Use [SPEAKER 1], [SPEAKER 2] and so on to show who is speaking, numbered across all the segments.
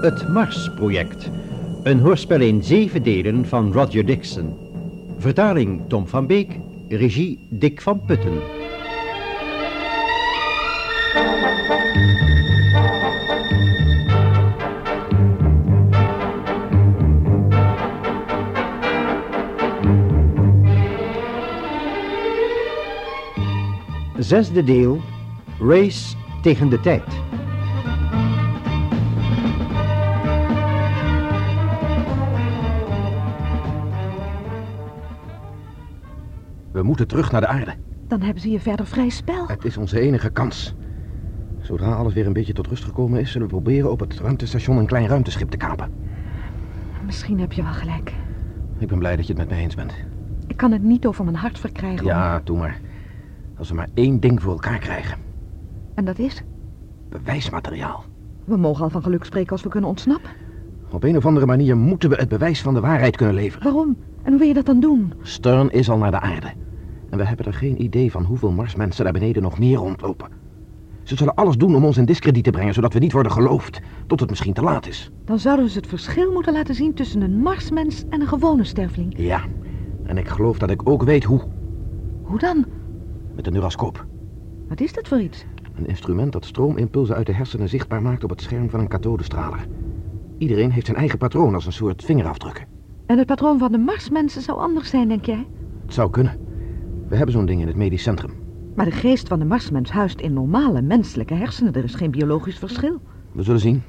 [SPEAKER 1] Het Mars-project. Een hoorspel in zeven delen van Roger Dixon. Vertaling Tom van Beek, regie Dick van Putten. Zesde deel, Race tegen de tijd.
[SPEAKER 2] We moeten terug naar de aarde.
[SPEAKER 3] Dan hebben ze hier verder vrij spel.
[SPEAKER 2] Het is onze enige kans. Zodra alles weer een beetje tot rust gekomen is, zullen we proberen op het ruimtestation een klein ruimteschip te kapen.
[SPEAKER 3] Misschien heb je wel gelijk.
[SPEAKER 2] Ik ben blij dat je het met mij eens bent.
[SPEAKER 3] Ik kan het niet over mijn hart verkrijgen.
[SPEAKER 2] Ja, doe maar. Als we maar één ding voor elkaar krijgen:
[SPEAKER 3] En dat is,
[SPEAKER 2] bewijsmateriaal.
[SPEAKER 3] we mogen al van geluk spreken als we kunnen ontsnappen.
[SPEAKER 2] Op een of andere manier moeten we het bewijs van de waarheid kunnen leveren.
[SPEAKER 3] Waarom? En hoe wil je dat dan doen?
[SPEAKER 2] Stern is al naar de aarde. En we hebben er geen idee van hoeveel Marsmensen daar beneden nog meer rondlopen. Ze zullen alles doen om ons in discrediet te brengen, zodat we niet worden geloofd. Tot het misschien te laat is.
[SPEAKER 3] Dan zouden ze het verschil moeten laten zien tussen een marsmens en een gewone sterveling.
[SPEAKER 2] Ja, en ik geloof dat ik ook weet hoe.
[SPEAKER 3] Hoe dan?
[SPEAKER 2] Met de neurascoop.
[SPEAKER 3] Wat is dat voor iets?
[SPEAKER 2] Een instrument dat stroomimpulsen uit de hersenen zichtbaar maakt op het scherm van een kathodestraler. Iedereen heeft zijn eigen patroon als een soort vingerafdrukken.
[SPEAKER 3] En het patroon van de marsmensen zou anders zijn, denk jij?
[SPEAKER 2] Het zou kunnen. We hebben zo'n ding in het medisch centrum.
[SPEAKER 3] Maar de geest van de marsmens huist in normale menselijke hersenen. Er is geen biologisch verschil.
[SPEAKER 2] We zullen zien.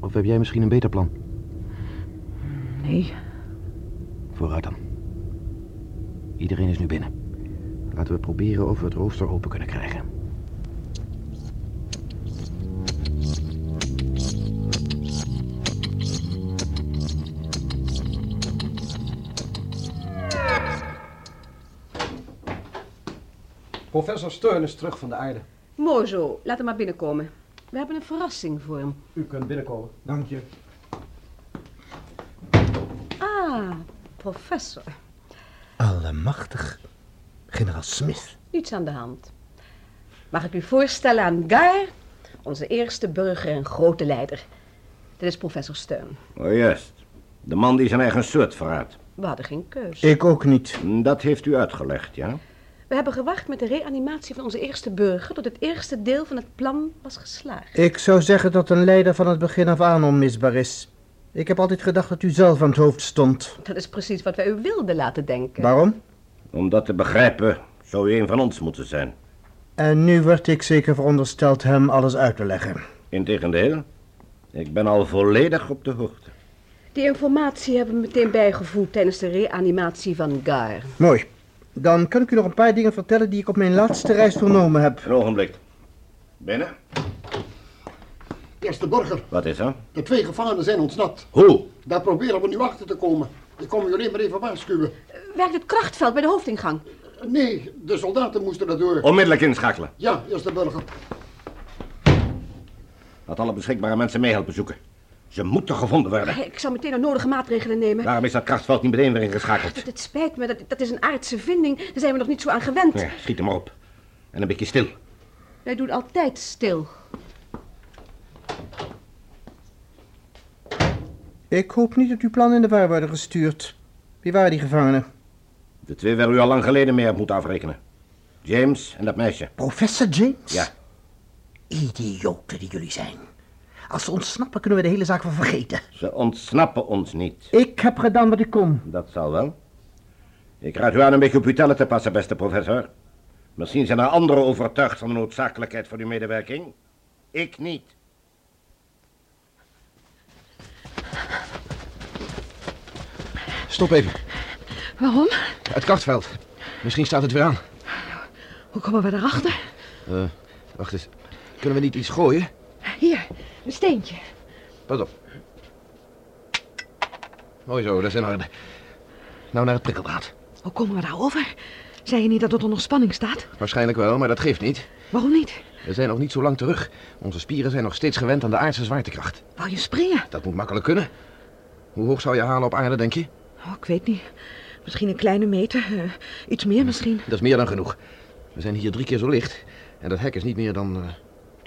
[SPEAKER 2] Of heb jij misschien een beter plan?
[SPEAKER 3] Nee.
[SPEAKER 2] Vooruit dan. Iedereen is nu binnen. Laten we proberen of we het rooster open kunnen krijgen.
[SPEAKER 4] Professor Stern is terug van de aarde.
[SPEAKER 5] Mooi zo, laat hem maar binnenkomen. We hebben een verrassing voor hem.
[SPEAKER 4] U kunt binnenkomen. Dank je.
[SPEAKER 5] Ah, professor.
[SPEAKER 6] Allemachtig. Generaal Smith.
[SPEAKER 5] Niets aan de hand. Mag ik u voorstellen aan Gar, onze eerste burger en grote leider. Dit is professor Steun.
[SPEAKER 7] Oh, juist. De man die zijn eigen soort verraadt.
[SPEAKER 5] We hadden geen keus.
[SPEAKER 6] Ik ook niet.
[SPEAKER 7] Dat heeft u uitgelegd, ja?
[SPEAKER 5] We hebben gewacht met de reanimatie van onze eerste burger tot het eerste deel van het plan was geslaagd.
[SPEAKER 6] Ik zou zeggen dat een leider van het begin af aan onmisbaar is. Ik heb altijd gedacht dat u zelf aan het hoofd stond.
[SPEAKER 5] Dat is precies wat wij u wilden laten denken.
[SPEAKER 6] Waarom?
[SPEAKER 7] Om dat te begrijpen zou u een van ons moeten zijn.
[SPEAKER 6] En nu werd ik zeker verondersteld hem alles uit te leggen.
[SPEAKER 7] Integendeel, ik ben al volledig op de hoogte.
[SPEAKER 5] Die informatie hebben we meteen bijgevoerd tijdens de reanimatie van Gar.
[SPEAKER 6] Mooi. Dan kan ik u nog een paar dingen vertellen die ik op mijn laatste reis vernomen heb.
[SPEAKER 7] Een ogenblik. Binnen.
[SPEAKER 8] Eerste burger,
[SPEAKER 7] Wat is er?
[SPEAKER 8] de twee gevangenen zijn ontsnapt.
[SPEAKER 7] Hoe?
[SPEAKER 8] Daar proberen we nu achter te komen. Ik kom u alleen maar even waarschuwen.
[SPEAKER 5] Werkt het krachtveld bij de hoofdingang?
[SPEAKER 8] Nee, de soldaten moesten er door.
[SPEAKER 7] Onmiddellijk inschakelen.
[SPEAKER 8] Ja, eerste burger.
[SPEAKER 7] Laat alle beschikbare mensen meehelpen zoeken. Ze moeten gevonden worden.
[SPEAKER 5] Ik zal meteen de nodige maatregelen nemen.
[SPEAKER 7] Daarom is dat krachtveld niet meteen weer ingeschakeld.
[SPEAKER 5] Het spijt me, dat, dat is een aardse vinding. Daar zijn we nog niet zo aan gewend.
[SPEAKER 7] Ja, schiet hem maar op. En een beetje stil.
[SPEAKER 5] Wij doen altijd stil.
[SPEAKER 6] Ik hoop niet dat uw plannen in de war worden gestuurd. Wie waren die gevangenen?
[SPEAKER 7] De twee waar u al lang geleden mee hebt moeten afrekenen. James en dat meisje.
[SPEAKER 6] Professor James?
[SPEAKER 7] Ja.
[SPEAKER 6] Idioten die jullie zijn. Als ze ontsnappen kunnen we de hele zaak wel vergeten.
[SPEAKER 7] Ze ontsnappen ons niet.
[SPEAKER 6] Ik heb gedaan wat ik kon.
[SPEAKER 7] Dat zal wel. Ik raad u aan een beetje op uw tellen te passen, beste professor. Misschien zijn er anderen overtuigd van de noodzakelijkheid van uw medewerking. Ik niet.
[SPEAKER 2] Stop even.
[SPEAKER 3] Waarom?
[SPEAKER 2] Het krachtveld. Misschien staat het weer aan.
[SPEAKER 3] Hoe komen we erachter?
[SPEAKER 2] Eh, wacht eens. Kunnen we niet iets gooien?
[SPEAKER 3] Hier, een steentje.
[SPEAKER 2] Pas op. Mooi zo, dat is in orde. Nou naar het prikkeldraad.
[SPEAKER 3] Hoe komen we daarover? Zei je niet dat het onder spanning staat?
[SPEAKER 2] Waarschijnlijk wel, maar dat geeft niet.
[SPEAKER 3] Waarom niet?
[SPEAKER 2] We zijn nog niet zo lang terug. Onze spieren zijn nog steeds gewend aan de aardse zwaartekracht.
[SPEAKER 3] Wou je springen?
[SPEAKER 2] Dat moet makkelijk kunnen. Hoe hoog zou je halen op aarde, denk je?
[SPEAKER 3] Oh, ik weet niet. Misschien een kleine meter. eh, iets meer misschien.
[SPEAKER 2] Dat is meer dan genoeg. We zijn hier drie keer zo licht. En dat hek is niet meer dan eh,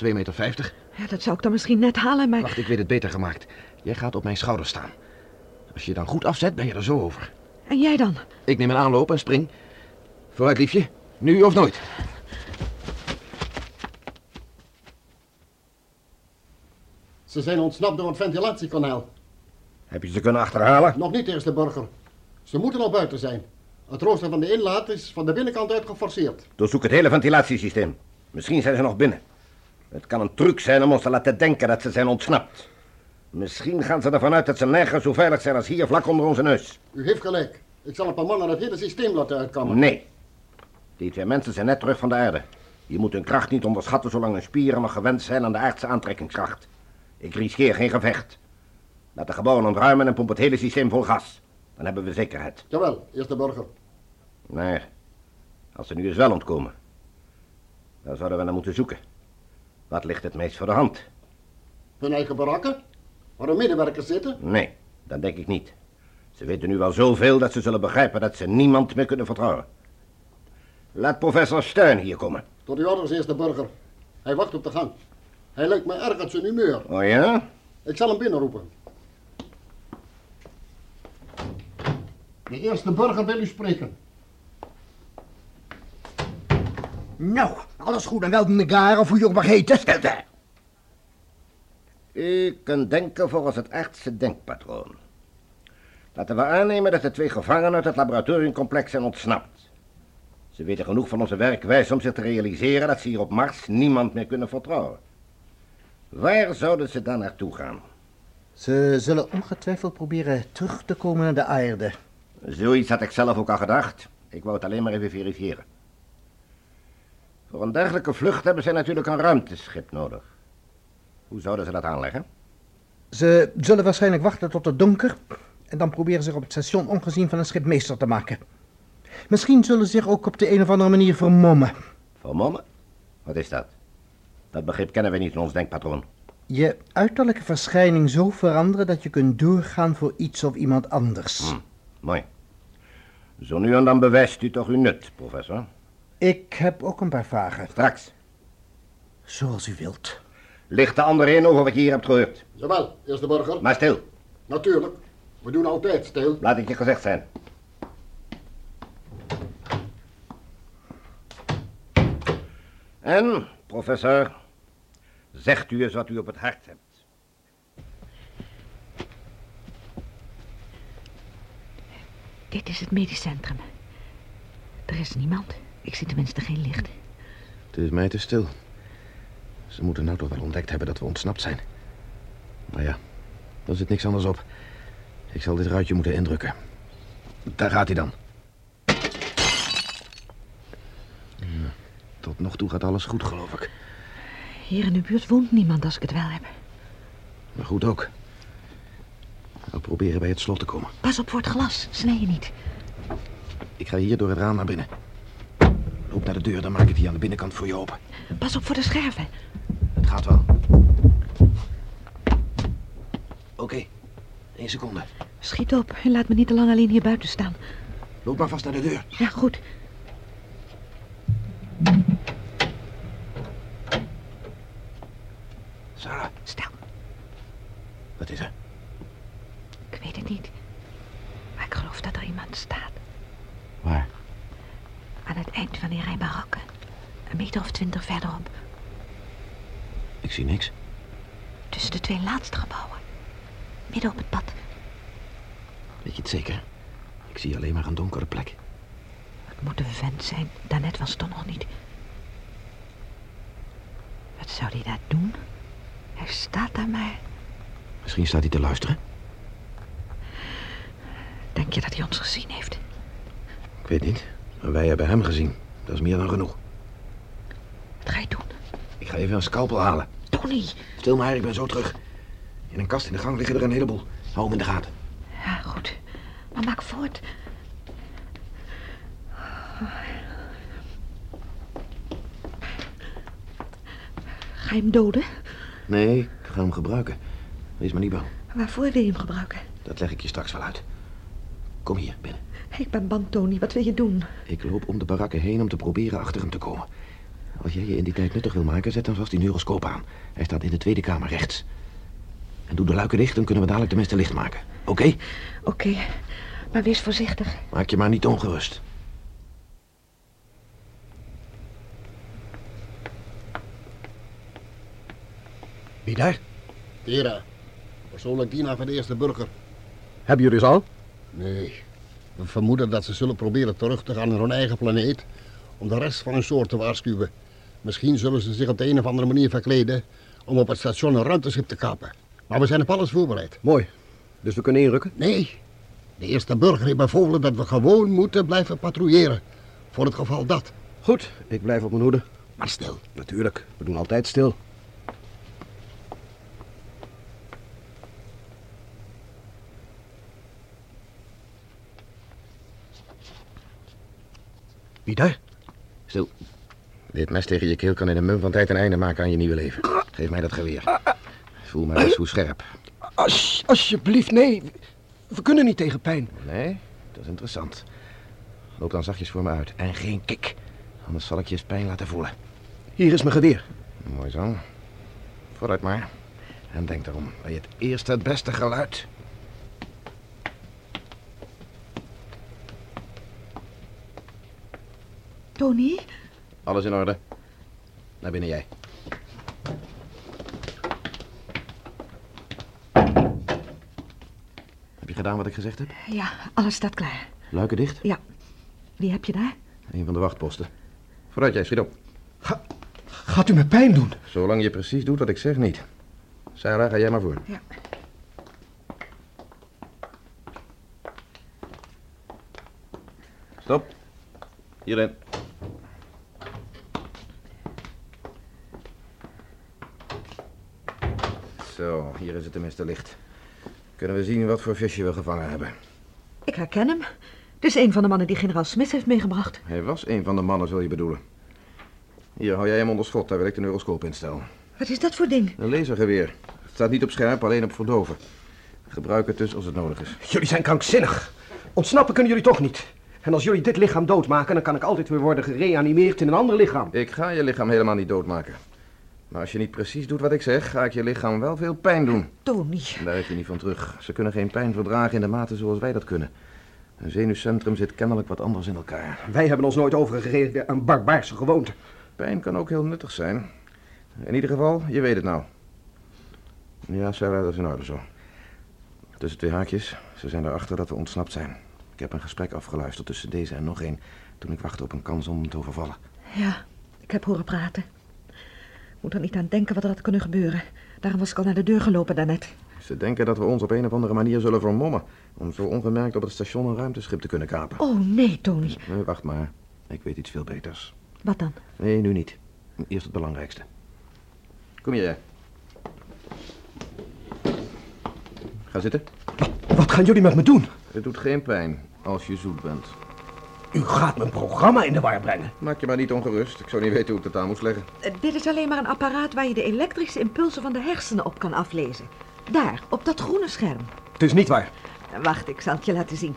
[SPEAKER 9] 2,50 meter. vijftig.
[SPEAKER 3] Ja, dat zou ik dan misschien net halen, maar...
[SPEAKER 9] Wacht, ik weet het beter gemaakt. Jij gaat op mijn schouder staan. Als je je dan goed afzet, ben je er zo over.
[SPEAKER 3] En jij dan?
[SPEAKER 9] Ik neem een aanloop en spring. Vooruit, liefje. Nu of nooit.
[SPEAKER 8] Ze zijn ontsnapt door het ventilatiekanaal.
[SPEAKER 7] Heb je ze kunnen achterhalen?
[SPEAKER 8] Nog niet, eerste burger. Ze moeten nog buiten zijn. Het rooster van de inlaat is van de binnenkant uit geforceerd.
[SPEAKER 7] Doorzoek het hele ventilatiesysteem. Misschien zijn ze nog binnen. Het kan een truc zijn om ons te laten denken dat ze zijn ontsnapt. Misschien gaan ze ervan uit dat ze nergens zo veilig zijn als hier vlak onder onze neus.
[SPEAKER 8] U heeft gelijk. Ik zal een paar mannen het hele systeem laten uitkomen.
[SPEAKER 7] Nee. Die twee mensen zijn net terug van de aarde. Je moet hun kracht niet onderschatten zolang hun spieren nog gewend zijn aan de aardse aantrekkingskracht. Ik riskeer geen gevecht. Laat de gebouwen ontruimen en pomp het hele systeem vol gas. Dan hebben we zekerheid.
[SPEAKER 8] Jawel, eerste burger.
[SPEAKER 7] Nee, als ze nu eens wel ontkomen, dan zouden we naar moeten zoeken. Wat ligt het meest voor de hand?
[SPEAKER 8] Hun eigen barakken? Waar hun medewerkers zitten?
[SPEAKER 7] Nee, dat denk ik niet. Ze weten nu wel zoveel dat ze zullen begrijpen dat ze niemand meer kunnen vertrouwen. Laat professor Steun hier komen.
[SPEAKER 8] Tot uw orders, eerste burger. Hij wacht op de gang. Hij lijkt me erg uit zijn humeur.
[SPEAKER 7] Oh ja?
[SPEAKER 8] Ik zal hem binnenroepen. De eerste burger wil u spreken.
[SPEAKER 10] Nou, alles goed en wel, meneer of hoe je ook mag heten.
[SPEAKER 7] Stilte! U kunt denken volgens het aardse denkpatroon. Laten we aannemen dat de twee gevangenen uit het laboratoriumcomplex zijn ontsnapt. Ze weten genoeg van onze werkwijze om zich te realiseren dat ze hier op Mars niemand meer kunnen vertrouwen. Waar zouden ze dan naartoe gaan?
[SPEAKER 6] Ze zullen ongetwijfeld proberen terug te komen naar de aarde.
[SPEAKER 7] Zoiets had ik zelf ook al gedacht. Ik wou het alleen maar even verifiëren. Voor een dergelijke vlucht hebben zij natuurlijk een ruimteschip nodig. Hoe zouden ze dat aanleggen?
[SPEAKER 6] Ze zullen waarschijnlijk wachten tot het donker en dan proberen zich op het station ongezien van een schip meester te maken. Misschien zullen ze zich ook op de een of andere manier vermommen.
[SPEAKER 7] Vermommen? Wat is dat? Dat begrip kennen we niet in ons denkpatroon.
[SPEAKER 6] Je uiterlijke verschijning zo veranderen dat je kunt doorgaan voor iets of iemand anders.
[SPEAKER 9] Hmm.
[SPEAKER 7] Mooi. Zo nu en dan bewijst u toch uw nut, professor.
[SPEAKER 6] Ik heb ook een paar vragen,
[SPEAKER 7] Eh, Straks.
[SPEAKER 6] zoals u wilt.
[SPEAKER 7] Licht de anderen in over wat je hier hebt gehoord.
[SPEAKER 8] Jawel, eerste burger.
[SPEAKER 7] Maar stil,
[SPEAKER 8] Natuurlijk. We doen altijd stil.
[SPEAKER 7] laat het je gezegd zijn. En, professor, zegt u eens wat u op het hart hebt.
[SPEAKER 3] Dit is het medisch centrum. Er is niemand. Ik zie tenminste geen licht.
[SPEAKER 9] Het is mij te stil. Ze moeten nou toch wel ontdekt hebben dat we ontsnapt zijn. Maar ja, daar zit niks anders op. Ik zal dit ruitje moeten indrukken. Daar gaat hij dan. Ja, tot nog toe gaat alles goed, geloof ik.
[SPEAKER 3] Hier in de buurt woont niemand als ik het wel heb.
[SPEAKER 9] Maar goed ook. We proberen bij het slot te komen.
[SPEAKER 3] Pas op voor het glas. Snij je niet.
[SPEAKER 9] Ik ga hier door het raam naar binnen. Loop naar de deur, dan maak ik die aan de binnenkant voor je open.
[SPEAKER 3] Pas op voor de scherven.
[SPEAKER 9] Het gaat wel. Oké, één seconde.
[SPEAKER 3] Schiet op en laat me niet te lang alleen hier buiten staan.
[SPEAKER 9] Loop maar vast naar de deur.
[SPEAKER 3] Ja, goed.
[SPEAKER 9] Sarah,
[SPEAKER 3] Stel,
[SPEAKER 9] wat is er?
[SPEAKER 3] ik weet het niet. Maar ik geloof dat er iemand staat.
[SPEAKER 9] Waar?
[SPEAKER 3] Aan het eind van die rij barakken. Een meter of twintig verderop.
[SPEAKER 9] Ik zie niks.
[SPEAKER 3] Tussen de twee laatste gebouwen. Midden op het pad.
[SPEAKER 9] Weet je het zeker? Ik zie alleen maar een donkere plek.
[SPEAKER 3] Het moet een vent zijn. Daarnet was het toch nog niet. Wat zou hij daar doen? Hij staat daar maar.
[SPEAKER 9] Misschien staat hij te luisteren.
[SPEAKER 3] Denk je dat hij ons gezien heeft?
[SPEAKER 9] Ik weet niet. Maar wij hebben hem gezien. Dat is meer dan genoeg.
[SPEAKER 3] Wat ga je doen?
[SPEAKER 9] Ik ga even een scalpel halen.
[SPEAKER 3] Tony!
[SPEAKER 9] Stil maar, ik ben zo terug. In een kast in de gang liggen er een heleboel. Hou hem in de gaten.
[SPEAKER 3] Ja, goed. Maar maak voort. Ga je hem doden?
[SPEAKER 9] Nee, ik ga hem gebruiken. Wees maar niet bang.
[SPEAKER 3] Waarvoor wil je hem gebruiken?
[SPEAKER 9] Dat leg ik je straks wel uit. Kom hier, binnen.
[SPEAKER 3] Ik ben bang, Tony. Wat wil je doen?
[SPEAKER 9] Ik loop om de barakken heen om te proberen achter hem te komen.
[SPEAKER 7] Als jij je in die tijd nuttig wil maken, zet dan vast die neuroscoop aan. Hij staat in de tweede kamer rechts. En doe de luiken dicht, dan kunnen we dadelijk tenminste licht maken. Oké?
[SPEAKER 3] Oké, maar wees voorzichtig.
[SPEAKER 7] Maak je maar niet ongerust.
[SPEAKER 11] Wie daar?
[SPEAKER 8] Tera, persoonlijk dienaar van de eerste burger.
[SPEAKER 11] Hebben jullie ze al?
[SPEAKER 8] Nee, we vermoeden dat ze zullen proberen terug te gaan naar hun eigen planeet om de rest van hun soort te waarschuwen. Misschien zullen ze zich op de een of andere manier verkleden om op het station een ruimteschip te kapen. Maar we zijn op alles voorbereid.
[SPEAKER 7] Mooi. Dus we kunnen inrukken?
[SPEAKER 8] Nee, de eerste burger heeft bevolen dat we gewoon moeten blijven patrouilleren. Voor het geval dat.
[SPEAKER 7] Goed, ik blijf op mijn hoede.
[SPEAKER 8] Maar stil.
[SPEAKER 7] Natuurlijk, we doen altijd stil.
[SPEAKER 11] Wie daar?
[SPEAKER 7] Stil. Dit mes tegen je keel kan in een mum van tijd een einde maken aan je nieuwe leven. Geef mij dat geweer. Voel maar eens hoe scherp.
[SPEAKER 6] Als, alsjeblieft, nee. We kunnen niet tegen pijn.
[SPEAKER 7] Nee, dat is interessant. Loop dan zachtjes voor me uit. En geen kik. Anders zal ik je eens pijn laten voelen.
[SPEAKER 6] Hier is mijn geweer.
[SPEAKER 7] Mooi zo. Vooruit maar. En denk daarom bij het eerste het beste geluid.
[SPEAKER 3] Tony?
[SPEAKER 7] Alles in orde. Naar binnen jij. Heb je gedaan wat ik gezegd heb?
[SPEAKER 3] Ja, alles staat klaar.
[SPEAKER 7] Luiken dicht?
[SPEAKER 3] Ja. Wie heb je daar?
[SPEAKER 7] Een van de wachtposten. Vooruit jij, schiet op.
[SPEAKER 6] Gaat u me pijn doen?
[SPEAKER 7] Zolang je precies doet wat ik zeg, niet. Sarah, ga jij maar voor.
[SPEAKER 3] Ja.
[SPEAKER 7] Stop. Hierin. Zo, hier is het tenminste licht. Kunnen we zien wat voor visje we gevangen hebben.
[SPEAKER 3] Ik herken hem. Het is een van de mannen die generaal Smith heeft meegebracht.
[SPEAKER 7] Hij was een van de mannen, zul je bedoelen. Hier, hou jij hem onder schot, daar wil ik de neuroscoop instellen.
[SPEAKER 3] Wat is dat voor ding?
[SPEAKER 7] Een lasergeweer. Het staat niet op scherp, alleen op verdoven. Gebruik het dus als het nodig is.
[SPEAKER 6] Jullie zijn krankzinnig. Ontsnappen kunnen jullie toch niet. En als jullie dit lichaam doodmaken, dan kan ik altijd weer worden gereanimeerd in een ander lichaam.
[SPEAKER 7] Ik ga je lichaam helemaal niet doodmaken. Maar als je niet precies doet wat ik zeg, ga ik je lichaam wel veel pijn doen.
[SPEAKER 3] Tony.
[SPEAKER 7] En Daar heb je niet van terug. Ze kunnen geen pijn verdragen in de mate zoals wij dat kunnen. Een zenuwcentrum zit kennelijk wat anders in elkaar.
[SPEAKER 6] Wij hebben ons nooit overgereden aan barbaarse gewoonten.
[SPEAKER 7] Pijn kan ook heel nuttig zijn. In ieder geval, je weet het nou. Ja, Sarah, dat is in orde zo. Tussen twee haakjes, ze zijn erachter dat we ontsnapt zijn. Ik heb een gesprek afgeluisterd tussen deze en nog één... toen ik wachtte op een kans om hem te overvallen.
[SPEAKER 3] Ja, ik heb horen praten. Moet er niet aan denken wat er had kunnen gebeuren. Daarom was ik al naar de deur gelopen daarnet.
[SPEAKER 7] Ze denken dat we ons op een of andere manier zullen vermommen... om zo ongemerkt op het station een ruimteschip te kunnen kapen.
[SPEAKER 3] Oh nee, Tony.
[SPEAKER 7] Nee, wacht maar. Ik weet iets veel beters.
[SPEAKER 3] Wat dan?
[SPEAKER 7] Nee, nu niet. Eerst het belangrijkste. Kom hier, jij. Ga zitten.
[SPEAKER 6] Wat gaan jullie met me doen?
[SPEAKER 7] Het doet geen pijn als je zoet bent.
[SPEAKER 6] U gaat mijn programma in de war brengen.
[SPEAKER 7] Maak je maar niet ongerust. Ik zou niet weten hoe ik dat aan moest leggen.
[SPEAKER 3] Eh, dit is alleen maar een apparaat waar je de elektrische impulsen van de hersenen op kan aflezen. Daar, op dat groene scherm.
[SPEAKER 6] Het is niet waar.
[SPEAKER 3] Eh, Wacht, ik zal het je laten zien.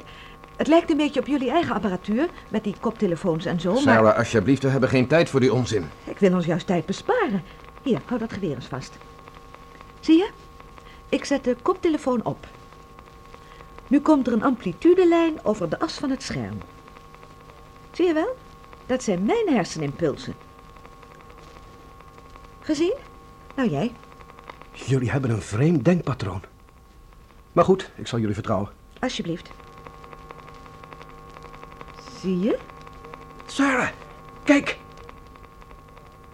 [SPEAKER 3] Het lijkt een beetje op jullie eigen apparatuur, met die koptelefoons en zo, maar
[SPEAKER 7] Sarah, alsjeblieft, we hebben geen tijd voor die onzin.
[SPEAKER 3] ik wil ons juist tijd besparen. Hier, hou dat geweer eens vast. Zie je? Ik zet de koptelefoon op. Nu komt er een amplitudelijn over de as van het scherm. Zie je wel? Dat zijn mijn hersenimpulsen. Gezien? Nou jij.
[SPEAKER 6] Jullie hebben een vreemd denkpatroon. Maar goed, ik zal jullie vertrouwen.
[SPEAKER 3] Alsjeblieft. Zie je?
[SPEAKER 6] Sarah, kijk.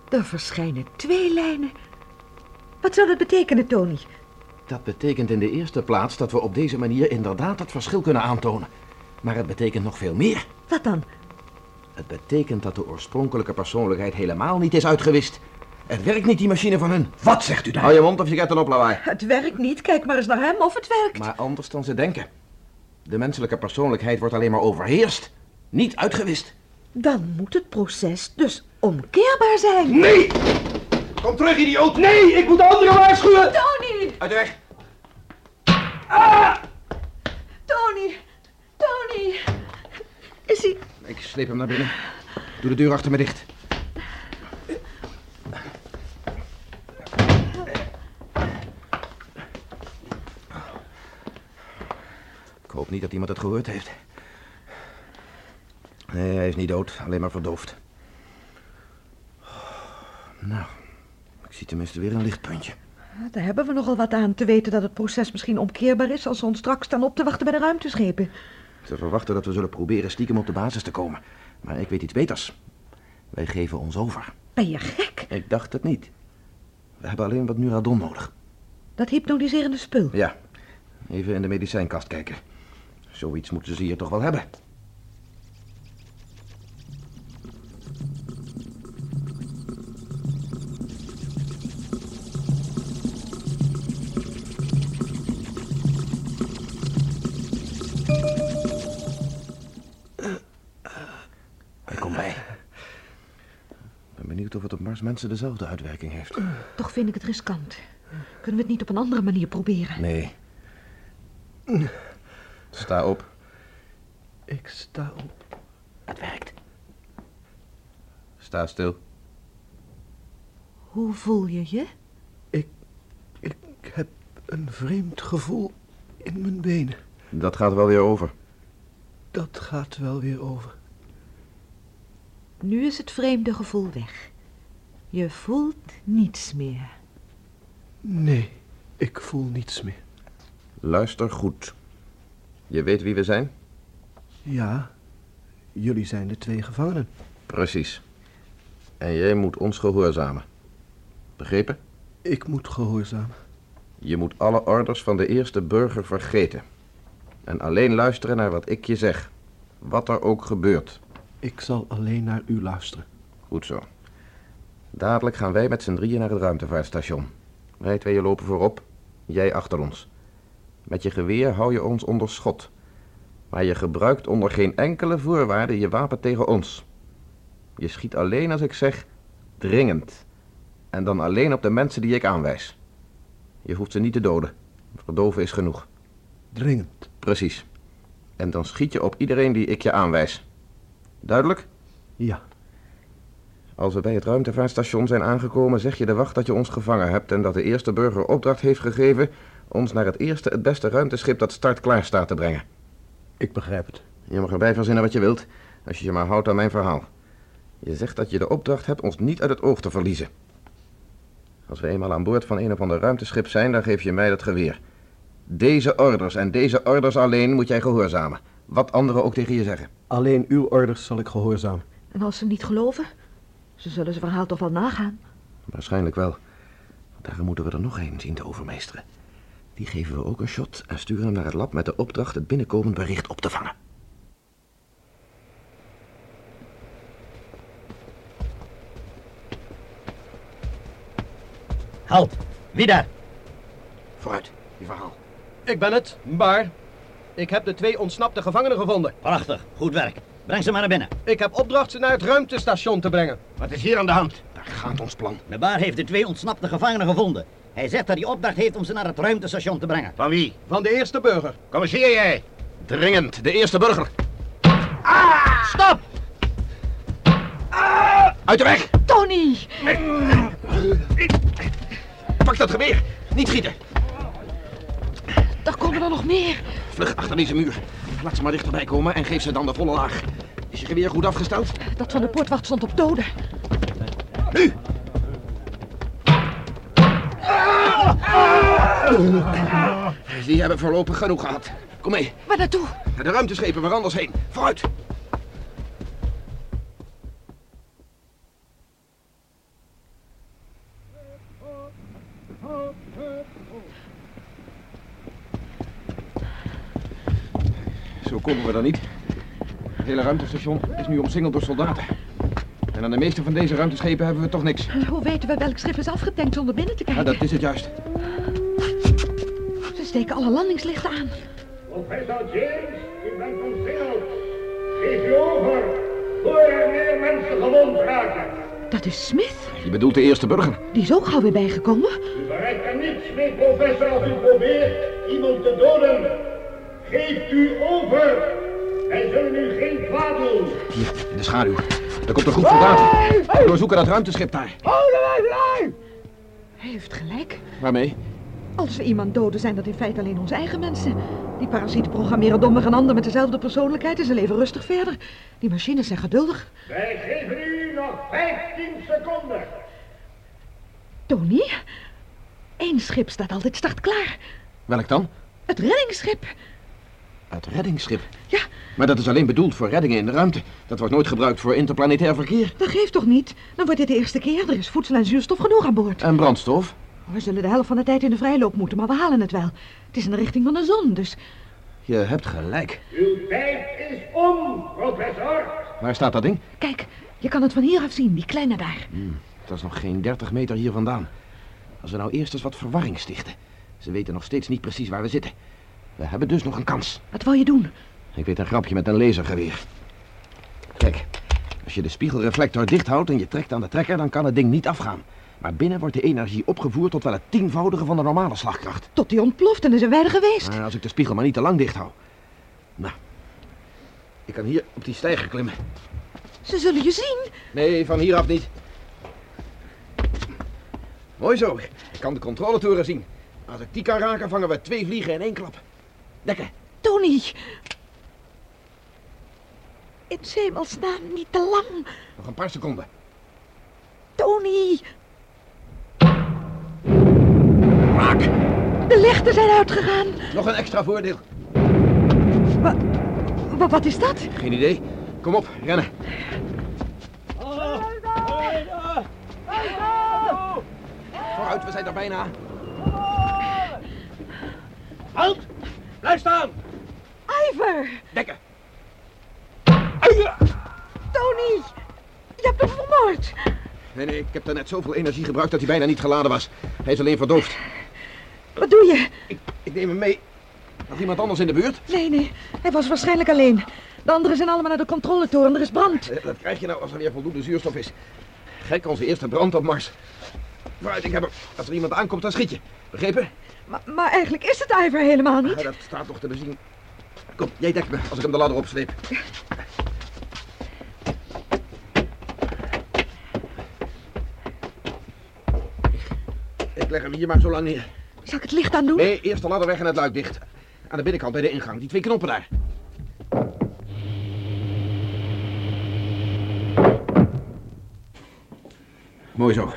[SPEAKER 3] Er verschijnen twee lijnen. Wat zou dat betekenen, Tony?
[SPEAKER 7] Dat betekent in de eerste plaats dat we op deze manier inderdaad het verschil kunnen aantonen. Maar het betekent nog veel meer.
[SPEAKER 3] Wat dan?
[SPEAKER 7] Het betekent dat de oorspronkelijke persoonlijkheid helemaal niet is uitgewist. Het werkt niet, die machine van hun.
[SPEAKER 6] Wat zegt u daar?
[SPEAKER 7] Hou je mond of je gaat een oplawaai.
[SPEAKER 3] Het werkt niet. Kijk maar eens naar hem of het werkt.
[SPEAKER 7] Maar anders dan ze denken. De menselijke persoonlijkheid wordt alleen maar overheerst, niet uitgewist.
[SPEAKER 3] Dan moet het proces dus omkeerbaar zijn.
[SPEAKER 6] Nee! Kom terug, idioot! Nee, ik moet de anderen waarschuwen!
[SPEAKER 3] Tony!
[SPEAKER 7] Uit de weg!
[SPEAKER 3] Tony! Tony! Is hij...
[SPEAKER 7] Ik sleep hem naar binnen. Doe de deur achter me dicht.
[SPEAKER 9] niet dat iemand het gehoord heeft. Nee, hij is niet dood, alleen maar verdoofd. Nou, ik zie tenminste weer een lichtpuntje.
[SPEAKER 3] Ja, Ah, Daar hebben we nogal wat aan te weten dat het proces misschien omkeerbaar is als ze ons straks staan op te wachten bij de ruimteschepen.
[SPEAKER 9] Ze verwachten dat we zullen proberen stiekem op de basis te komen. Maar ik weet iets beters. Wij geven ons over.
[SPEAKER 3] Ben je gek?
[SPEAKER 9] Ik dacht het niet. We hebben alleen wat nuradon nodig.
[SPEAKER 3] Dat hypnotiserende spul.
[SPEAKER 9] Ja, even in de medicijnkast kijken. Zoiets moeten ze hier toch wel hebben. Hij komt bij. Ik ben benieuwd of het op Mars mensen dezelfde uitwerking heeft.
[SPEAKER 3] Toch vind ik het riskant. Kunnen we het niet op een andere manier proberen?
[SPEAKER 9] Nee. Sta op.
[SPEAKER 6] Ik sta op.
[SPEAKER 9] Het werkt. Sta stil.
[SPEAKER 3] Hoe voel je je?
[SPEAKER 6] Ik heb een vreemd gevoel in mijn benen.
[SPEAKER 9] Dat gaat wel weer over.
[SPEAKER 6] Dat gaat wel weer over.
[SPEAKER 3] Nu is het vreemde gevoel weg. Je voelt niets meer.
[SPEAKER 6] Nee, ik voel niets meer.
[SPEAKER 9] Luister goed. Je weet wie we zijn?
[SPEAKER 6] Ja, jullie zijn de twee gevangenen.
[SPEAKER 9] Precies. En jij moet ons gehoorzamen. Begrepen?
[SPEAKER 6] Ik moet gehoorzamen.
[SPEAKER 9] Je moet alle orders van de eerste burger vergeten. En alleen luisteren naar wat ik je zeg. Wat er ook gebeurt.
[SPEAKER 6] Ik zal alleen naar u luisteren.
[SPEAKER 9] Goed zo. Dadelijk gaan wij met z'n drieën naar het ruimtevaartstation. Wij tweeën lopen voorop, jij achter ons. Met je geweer hou je ons onder schot. Maar je gebruikt onder geen enkele voorwaarde je wapen tegen ons. Je schiet alleen als ik zeg dringend. En dan alleen op de mensen die ik aanwijs. Je hoeft ze niet te doden. Verdoven is genoeg.
[SPEAKER 6] Dringend.
[SPEAKER 9] Precies. En dan schiet je op iedereen die ik je aanwijs. Duidelijk?
[SPEAKER 6] Ja,
[SPEAKER 9] Als we bij het ruimtevaartstation zijn aangekomen, zeg je de wacht dat je ons gevangen hebt en dat de eerste burger opdracht heeft gegeven ons naar het eerste het beste ruimteschip dat start klaar staat te brengen.
[SPEAKER 6] ik begrijp het.
[SPEAKER 9] Je mag erbij verzinnen wat je wilt, als je je maar houdt aan mijn verhaal. Je zegt dat je de opdracht hebt ons niet uit het oog te verliezen. Als we eenmaal aan boord van een of ander ruimteschip zijn, dan geef je mij dat geweer. Deze orders en deze orders Dus alleen moet jij gehoorzamen. Wat anderen ook tegen je zeggen.
[SPEAKER 6] Alleen uw orders zal ik gehoorzamen.
[SPEAKER 3] En als ze niet geloven, ze zullen zijn verhaal toch wel nagaan.
[SPEAKER 9] Waarschijnlijk wel. Daarom moeten we er nog één zien te overmeesteren. Die geven we ook een shot en sturen hem naar het lab met de opdracht het binnenkomend bericht op te vangen.
[SPEAKER 2] Halt, wie daar?
[SPEAKER 9] Vooruit, je verhaal.
[SPEAKER 6] Ik ben het, Baar. Ik heb de twee ontsnapte gevangenen gevonden.
[SPEAKER 2] Prachtig, goed werk. Breng ze maar naar binnen.
[SPEAKER 6] Ik heb opdracht ze naar het ruimtestation te brengen.
[SPEAKER 2] Wat is hier aan de hand?
[SPEAKER 9] Daar gaat ons plan.
[SPEAKER 2] De baar heeft de twee ontsnapte gevangenen gevonden. Hij zegt dat hij opdracht heeft om ze naar het ruimtestation te brengen.
[SPEAKER 7] Van wie?
[SPEAKER 6] Van de eerste burger.
[SPEAKER 7] Kom eens hier, jij.
[SPEAKER 9] Dringend, de eerste burger.
[SPEAKER 2] Stop!
[SPEAKER 9] Uit de weg!
[SPEAKER 3] Tony!
[SPEAKER 9] Pak dat geweer! Niet schieten!
[SPEAKER 3] Daar komen er nog meer.
[SPEAKER 9] Vlug achter deze muur. Laat ze maar dichterbij komen en geef ze dan de volle laag. Is je geweer goed afgesteld?
[SPEAKER 3] Dat van de poortwacht stond op doden.
[SPEAKER 9] Nu! Die hebben voorlopig genoeg gehad. Kom mee,
[SPEAKER 3] Waar naartoe?
[SPEAKER 9] naar de ruimteschepen waar anders heen. Vooruit! Zo komen we dan niet. Het hele ruimtestation is nu omsingeld door soldaten. En aan de meeste van deze ruimteschepen hebben we toch niks.
[SPEAKER 3] Hoe weten we welk schip is afgetankt zonder binnen te
[SPEAKER 9] Ja,
[SPEAKER 3] kijken?
[SPEAKER 9] Ah, dat is het juist.
[SPEAKER 3] Ze steken alle landingslichten aan.
[SPEAKER 12] Professor James, u bent omsingeld. Geef je over, voor er meer mensen gewond raken.
[SPEAKER 3] Dat is Smith.
[SPEAKER 9] Je bedoelt de eerste burger.
[SPEAKER 3] Die is ook gauw weer bijgekomen.
[SPEAKER 12] U bereikt er niets mee, professor, als u probeert iemand te doden. Geef u over. Wij zullen u geen kwaad doen.
[SPEAKER 9] Hier, in de schaduw. Er komt een groep soldaten. We doorzoeken dat ruimteschip daar.
[SPEAKER 3] Hij heeft gelijk.
[SPEAKER 9] Waarmee?
[SPEAKER 3] Als we iemand doden, zijn dat in feite alleen onze eigen mensen. Die parasieten programmeren dommig een ander met dezelfde persoonlijkheid en ze leven rustig verder. Die machines zijn geduldig.
[SPEAKER 13] Wij geven u nog 15 seconden.
[SPEAKER 3] Tony, één schip staat altijd startklaar.
[SPEAKER 6] Welk dan?
[SPEAKER 3] Het reddingsschip.
[SPEAKER 6] Het reddingsschip.
[SPEAKER 3] Ja.
[SPEAKER 6] Maar dat is alleen bedoeld voor reddingen in de ruimte. Dat wordt nooit gebruikt voor interplanetair verkeer.
[SPEAKER 3] Dat geeft toch niet? Dan wordt dit de eerste keer. Er is voedsel en zuurstof genoeg aan boord.
[SPEAKER 6] En brandstof?
[SPEAKER 3] We zullen de helft van de tijd in de vrijloop moeten, maar we halen het wel. Het is in de richting van de zon, dus...
[SPEAKER 6] Je hebt gelijk.
[SPEAKER 13] Uw tijd is om, professor.
[SPEAKER 6] Waar staat dat ding?
[SPEAKER 3] Kijk, je kan het van hieraf zien, die kleine daar.
[SPEAKER 6] Hmm, dat is nog geen 30 meter hier vandaan. Als we nou eerst eens wat verwarring stichten. Ze weten nog steeds niet precies waar we zitten. We hebben dus nog een kans.
[SPEAKER 3] Wat wil je doen?
[SPEAKER 6] Ik weet een grapje met een lasergeweer. Kijk, als je de spiegelreflector dicht houdt en je trekt aan de trekker, dan kan het ding niet afgaan. Maar binnen wordt de energie opgevoerd tot wel het tienvoudige van de normale slagkracht.
[SPEAKER 3] Tot die ontploft en dan zijn wij er geweest.
[SPEAKER 6] Maar Nou, als ik de spiegel maar niet te lang dicht hou. Nou, ik kan hier op die steiger klimmen.
[SPEAKER 3] Ze zullen je zien.
[SPEAKER 6] Nee, van hieraf niet. Mooi zo. Ik kan de controletoren zien. Als ik die kan raken, vangen we twee vliegen in één klap. Dekken.
[SPEAKER 3] Tony. In hemelsnaam niet te lang.
[SPEAKER 6] Nog een paar seconden.
[SPEAKER 3] Tony.
[SPEAKER 6] Raak.
[SPEAKER 3] De lichten zijn uitgegaan.
[SPEAKER 6] Nog een extra voordeel.
[SPEAKER 3] Wa- wa- Wat, is dat?
[SPEAKER 6] Geen idee. Kom op, rennen. Vooruit, we zijn er bijna.
[SPEAKER 13] Halt! Blijf staan!
[SPEAKER 3] Iver.
[SPEAKER 6] Dekken.
[SPEAKER 3] Tony. Je hebt hem vermoord.
[SPEAKER 6] Nee, nee, ik heb daarnet zoveel energie gebruikt dat hij bijna niet geladen was. Hij is alleen verdoofd.
[SPEAKER 3] Wat doe je?
[SPEAKER 6] Ik neem hem mee. Nog iemand anders in de buurt?
[SPEAKER 3] Nee, nee. Hij was waarschijnlijk alleen. De anderen zijn allemaal naar de controletoren. Er is brand.
[SPEAKER 6] Eh, Dat krijg je nou als er weer voldoende zuurstof is. Gek, onze eerste brand op Mars. Vooruit, ik heb hem. Als er iemand aankomt, dan schiet je. Begrepen?
[SPEAKER 3] Maar, maar eigenlijk is het Iver helemaal
[SPEAKER 6] Ja,
[SPEAKER 3] niet.
[SPEAKER 6] dat staat nog te bezien. Kom, jij dekt me als ik hem de ladder opsleep. Ik leg hem hier maar zo lang neer.
[SPEAKER 3] Zal ik het licht aan doen?
[SPEAKER 6] Nee, eerst de ladder weg en het luik dicht. Aan de binnenkant bij de ingang, die twee knoppen daar. Mooi zo.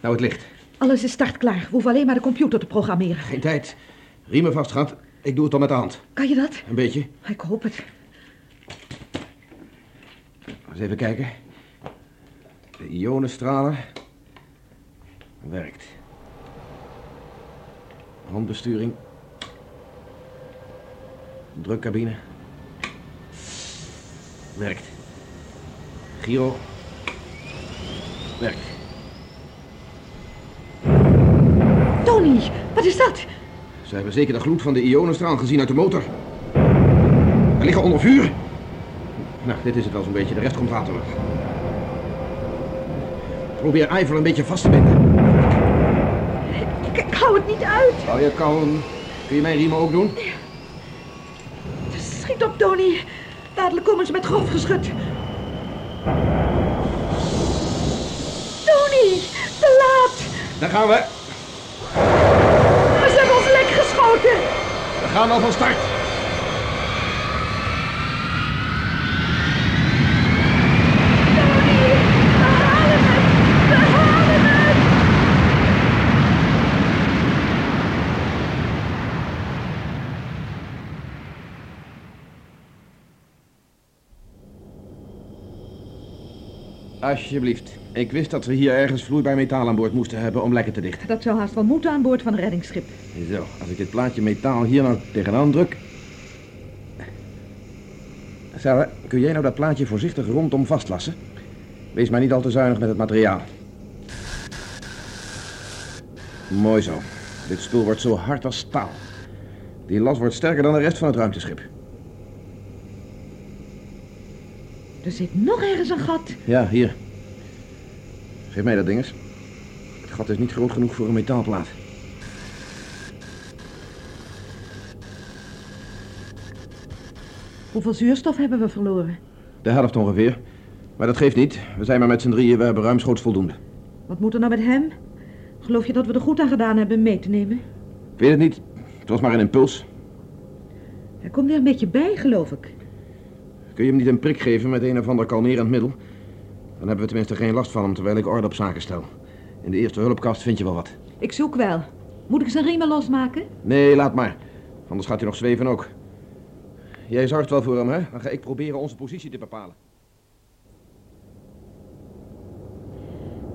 [SPEAKER 6] Nou het licht.
[SPEAKER 3] Alles is startklaar. We hoeven alleen maar de computer te programmeren.
[SPEAKER 6] Geen tijd. Riemen vast gehad. Ik doe het dan met de hand.
[SPEAKER 3] Kan je dat?
[SPEAKER 6] Een beetje.
[SPEAKER 3] Ik hoop het.
[SPEAKER 6] Eens even kijken. De ionenstralen. Werkt. Handbesturing. Drukcabine. Werkt. Giro. Werkt.
[SPEAKER 3] Tony, wat is dat?
[SPEAKER 6] Ze hebben zeker de gloed van de ionenstraal gezien uit de motor. We liggen onder vuur. Nou, dit is het wel zo'n beetje. De rest komt later nog. Probeer Iver een beetje vast te binden.
[SPEAKER 3] Ik, ik hou het niet uit.
[SPEAKER 6] Hou je kalm. Kun je mijn riemen ook doen?
[SPEAKER 3] Schiet op, Tony. Dadelijk komen ze met grof geschut. Tony, te laat.
[SPEAKER 6] Daar gaan we.
[SPEAKER 3] Maar Ze hebben ons lek geschoten.
[SPEAKER 6] We gaan al van start. Alsjeblieft. Ik wist dat we hier ergens vloeibaar metaal aan boord moesten hebben om lekker te dichten.
[SPEAKER 3] Dat zou haast wel moeten aan boord van een reddingsschip.
[SPEAKER 6] Zo, als ik dit plaatje metaal hier nou tegenaan druk. Sarah, kun jij nou dat plaatje voorzichtig rondom vastlassen? Wees maar niet al te zuinig met het materiaal. Mooi zo. Dit spul wordt zo hard als staal. Die las wordt sterker dan de rest van het ruimteschip.
[SPEAKER 3] Er zit nog ergens een gat.
[SPEAKER 6] Ja, hier. Geef mij dat ding eens. Het gat is niet groot genoeg voor een metaalplaat.
[SPEAKER 3] Hoeveel zuurstof hebben we verloren?
[SPEAKER 6] De helft ongeveer. Maar dat geeft niet. We zijn maar met z'n drieën. We hebben ruimschoots voldoende.
[SPEAKER 3] Wat moet er nou met hem? Geloof je dat we er goed aan gedaan hebben mee te nemen?
[SPEAKER 9] Weet het niet. Het was maar een impuls.
[SPEAKER 3] Hij komt weer een beetje bij, geloof ik.
[SPEAKER 9] Kun je hem niet een prik geven met een of ander kalmerend middel? Dan hebben we tenminste geen last van hem terwijl ik orde op zaken stel. In de eerste hulpkast vind je wel wat.
[SPEAKER 3] Ik zoek wel. Moet ik zijn riemen losmaken?
[SPEAKER 9] Nee, laat maar. Anders gaat hij nog zweven ook. Jij zorgt wel voor hem, hè? Dan ga ik proberen onze positie te bepalen.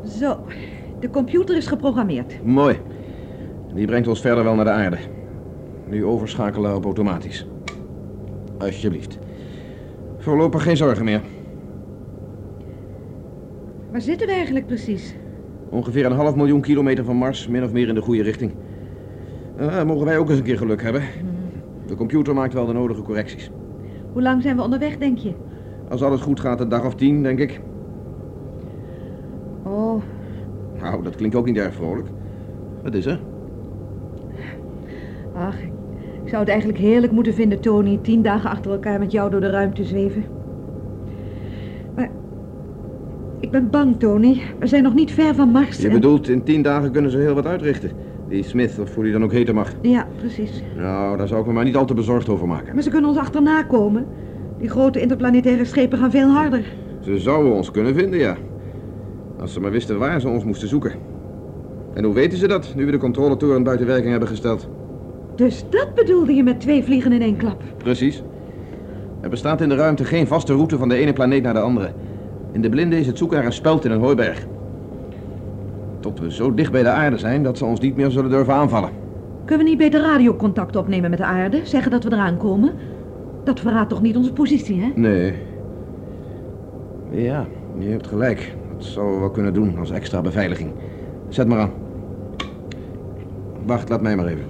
[SPEAKER 3] Zo, de computer is geprogrammeerd.
[SPEAKER 9] Mooi. Die brengt ons verder wel naar de aarde. Nu overschakelen op automatisch. Alsjeblieft. Voorlopig geen zorgen meer.
[SPEAKER 3] Waar zitten we eigenlijk precies?
[SPEAKER 9] Ongeveer een half miljoen kilometer van Mars, min of meer in de goede richting. Eh, mogen wij ook eens een keer geluk hebben? De computer maakt wel de nodige correcties.
[SPEAKER 3] Hoe lang zijn we onderweg, denk je?
[SPEAKER 9] Als alles goed gaat, een dag of tien, denk ik.
[SPEAKER 3] Oh,
[SPEAKER 9] Nou, dat klinkt ook niet erg vrolijk. Wat is er?
[SPEAKER 3] ach. Ik zou het eigenlijk heerlijk moeten vinden, Tony, tien dagen achter elkaar met jou door de ruimte zweven. Maar ik ben bang, Tony. We zijn nog niet ver van Mars.
[SPEAKER 9] Je
[SPEAKER 3] en-
[SPEAKER 9] bedoelt, in tien dagen kunnen ze heel wat uitrichten. Die Smith, of hoe die dan ook heten mag.
[SPEAKER 3] Ja, precies.
[SPEAKER 9] Nou, daar zou ik me maar niet al te bezorgd over maken.
[SPEAKER 3] Maar ze kunnen ons achterna komen. Die grote interplanetaire schepen gaan veel harder.
[SPEAKER 9] Ze zouden ons kunnen vinden, ja. Als ze maar wisten waar ze ons moesten zoeken. En hoe weten ze dat, nu we de controletoren buiten werking hebben gesteld?
[SPEAKER 3] Dus dat bedoelde je met twee vliegen in één klap.
[SPEAKER 9] Precies. Er bestaat in de ruimte geen vaste route van de ene planeet naar de andere. In de blinde is het zoeken naar een speld in een hooiberg. Tot we zo dicht bij de aarde zijn dat ze ons niet meer zullen durven aanvallen.
[SPEAKER 3] Kunnen we niet beter radiocontact opnemen met de aarde? Zeggen dat we eraan komen? Dat verraadt toch niet onze positie, hè?
[SPEAKER 9] Nee. Ja, je hebt gelijk. Dat zouden we wel kunnen doen als extra beveiliging. Zet maar aan. Wacht, laat mij maar even.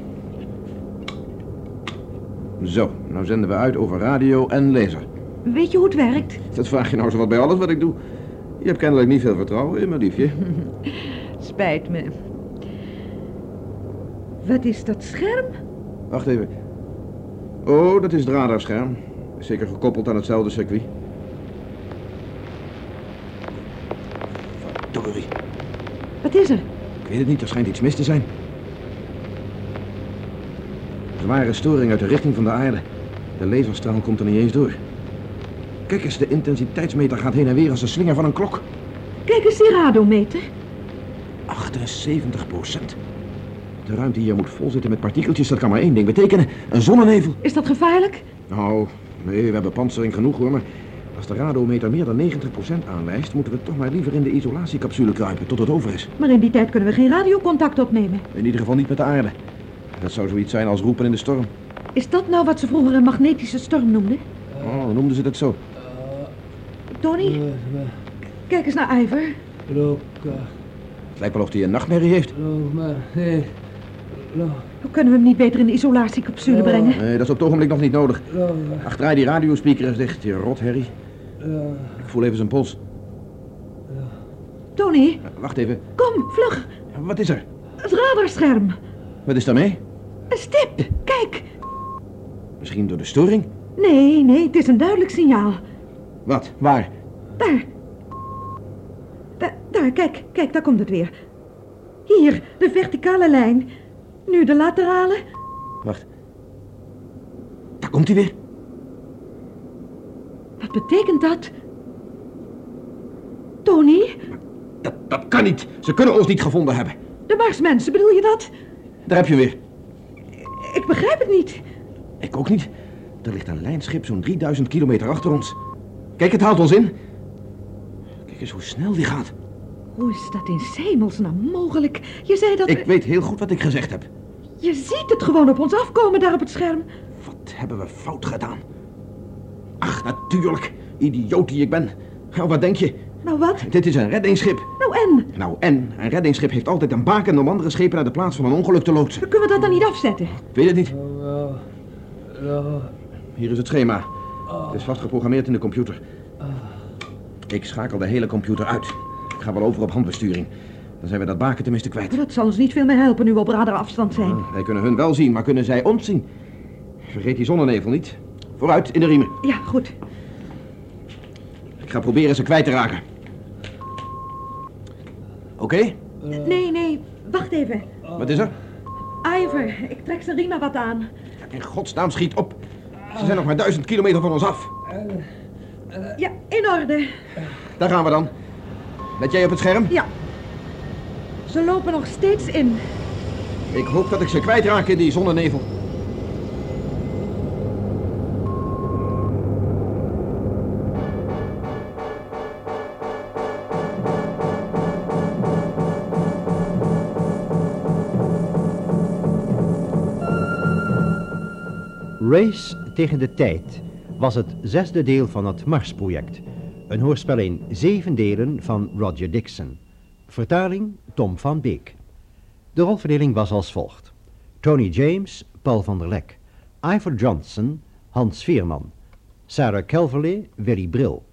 [SPEAKER 9] Zo, nou zenden we uit over radio en laser.
[SPEAKER 3] Weet je hoe het werkt?
[SPEAKER 9] Dat vraag je nou zo wat bij alles wat ik doe. Je hebt kennelijk niet veel vertrouwen in me, liefje.
[SPEAKER 3] Spijt me. Wat is dat scherm?
[SPEAKER 9] Wacht even. Oh, dat is het radarscherm. Is Zeker gekoppeld aan hetzelfde circuit. Verdorie.
[SPEAKER 3] Wat is er?
[SPEAKER 9] Ik weet het niet, er schijnt iets mis te zijn. Zware storing uit de richting van de aarde. De laserstraal komt er niet eens door. Kijk eens, de intensiteitsmeter gaat heen en weer als de slinger van een klok.
[SPEAKER 3] Kijk eens die radiometer.
[SPEAKER 9] 78 procent. De ruimte hier moet vol zitten met partikeltjes, dat kan maar één ding betekenen. Een zonnenevel.
[SPEAKER 3] Is dat gevaarlijk?
[SPEAKER 9] Nou, nee, we hebben pantsering genoeg hoor, maar als de radiometer meer dan 90% aanwijst, moeten we toch maar liever in de isolatiecapsule kruipen tot het over is.
[SPEAKER 3] Maar in die tijd kunnen we geen radiocontact opnemen.
[SPEAKER 9] In ieder geval niet met de aarde. Dat zou zoiets zijn als roepen in de storm.
[SPEAKER 3] Is dat nou wat ze vroeger een magnetische storm noemden?
[SPEAKER 9] Oh, dan noemden ze dat zo.
[SPEAKER 3] Tony? Kijk eens naar Ivor.
[SPEAKER 9] Het lijkt wel of hij een nachtmerrie heeft.
[SPEAKER 3] Hoe kunnen we hem niet beter in de isolatiecapsule
[SPEAKER 9] Oh.
[SPEAKER 3] brengen?
[SPEAKER 9] Nee, dat is op het ogenblik nog niet nodig. Achterij, die radiospeaker is dicht, je rot, Harry. Ik voel even zijn pols.
[SPEAKER 3] Tony,
[SPEAKER 9] Wacht even,
[SPEAKER 3] kom, vlug.
[SPEAKER 9] wat is er?
[SPEAKER 3] Het radarscherm.
[SPEAKER 9] Wat is daarmee?
[SPEAKER 3] Een stip. Kijk.
[SPEAKER 9] Misschien door de storing?
[SPEAKER 3] Nee, nee, het is een duidelijk signaal.
[SPEAKER 9] Wat? Waar?
[SPEAKER 3] Daar. Daar, daar, kijk, kijk, daar komt het weer. Hier, de verticale lijn. Nu de laterale.
[SPEAKER 9] Wacht. Daar komt hij weer.
[SPEAKER 3] Wat betekent dat? Tony,
[SPEAKER 9] Dat, dat kan niet. Ze kunnen ons niet gevonden hebben.
[SPEAKER 3] de Marsmensen, bedoel je dat?
[SPEAKER 9] Daar heb je weer.
[SPEAKER 3] Ik begrijp het niet.
[SPEAKER 9] Ik ook niet. Er ligt een lijnschip zo'n 3000 kilometer achter ons. Kijk, het haalt ons in. Kijk eens hoe snel die gaat.
[SPEAKER 3] Hoe is dat in hemelsnaam mogelijk? Je zei dat...
[SPEAKER 9] Ik weet heel goed wat ik gezegd heb.
[SPEAKER 3] Je ziet het gewoon op ons afkomen daar op het scherm.
[SPEAKER 9] Wat hebben we fout gedaan? Ach, natuurlijk. Idioot die ik ben. Nou, wat denk je?
[SPEAKER 3] Nou wat?
[SPEAKER 9] Dit is een reddingsschip.
[SPEAKER 3] Nou en?
[SPEAKER 9] Nou, en een reddingsschip heeft altijd een baken om andere schepen naar de plaats van een ongeluk te loodsen.
[SPEAKER 3] Kunnen we dat dan niet afzetten?
[SPEAKER 9] Ik weet het niet. Hier is het schema. Het is vastgeprogrammeerd in de computer. Ik schakel de hele computer uit. Ik ga wel over op handbesturing. Dan zijn we dat baken tenminste kwijt.
[SPEAKER 3] Dat zal ons niet veel meer helpen nu we op radarafstand zijn.
[SPEAKER 9] Wij kunnen hun wel zien, maar kunnen zij ons zien? Vergeet die zonnenevel niet. Vooruit, in de riemen.
[SPEAKER 3] Ja, goed.
[SPEAKER 9] Ik ga proberen ze kwijt te raken. Oké,
[SPEAKER 3] Nee, nee, wacht even.
[SPEAKER 9] wat is er?
[SPEAKER 14] Ijver, ik trek zijn riemen wat aan.
[SPEAKER 10] In godsnaam schiet op. Ze zijn nog maar duizend kilometer van ons af.
[SPEAKER 14] Ja, in orde.
[SPEAKER 10] Daar gaan we dan. Let jij op het scherm?
[SPEAKER 14] Ja. Ze lopen nog steeds in.
[SPEAKER 10] Ik hoop dat ik ze kwijtraak in die zonnenevel.
[SPEAKER 2] Race tegen de tijd was het zesde deel van het Marsproject. Een hoorspel in zeven delen van Roger Dixon. Vertaling Tom van Beek. De rolverdeling was als volgt. Tony James, Paul van der Lek. Ivor Johnson, Hans Veerman. Sarah Calverley, Willy Bril.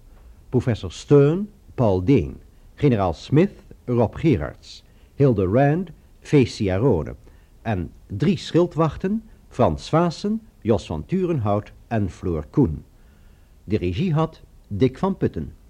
[SPEAKER 2] Professor Stern, Paul Deen. Generaal Smith, Rob Gerards. Hilde Rand, Fees Ciarone. En drie schildwachten, Frans Vaassen, Jos van Turenhout en Floor Koen. De regie had Dick van Putten.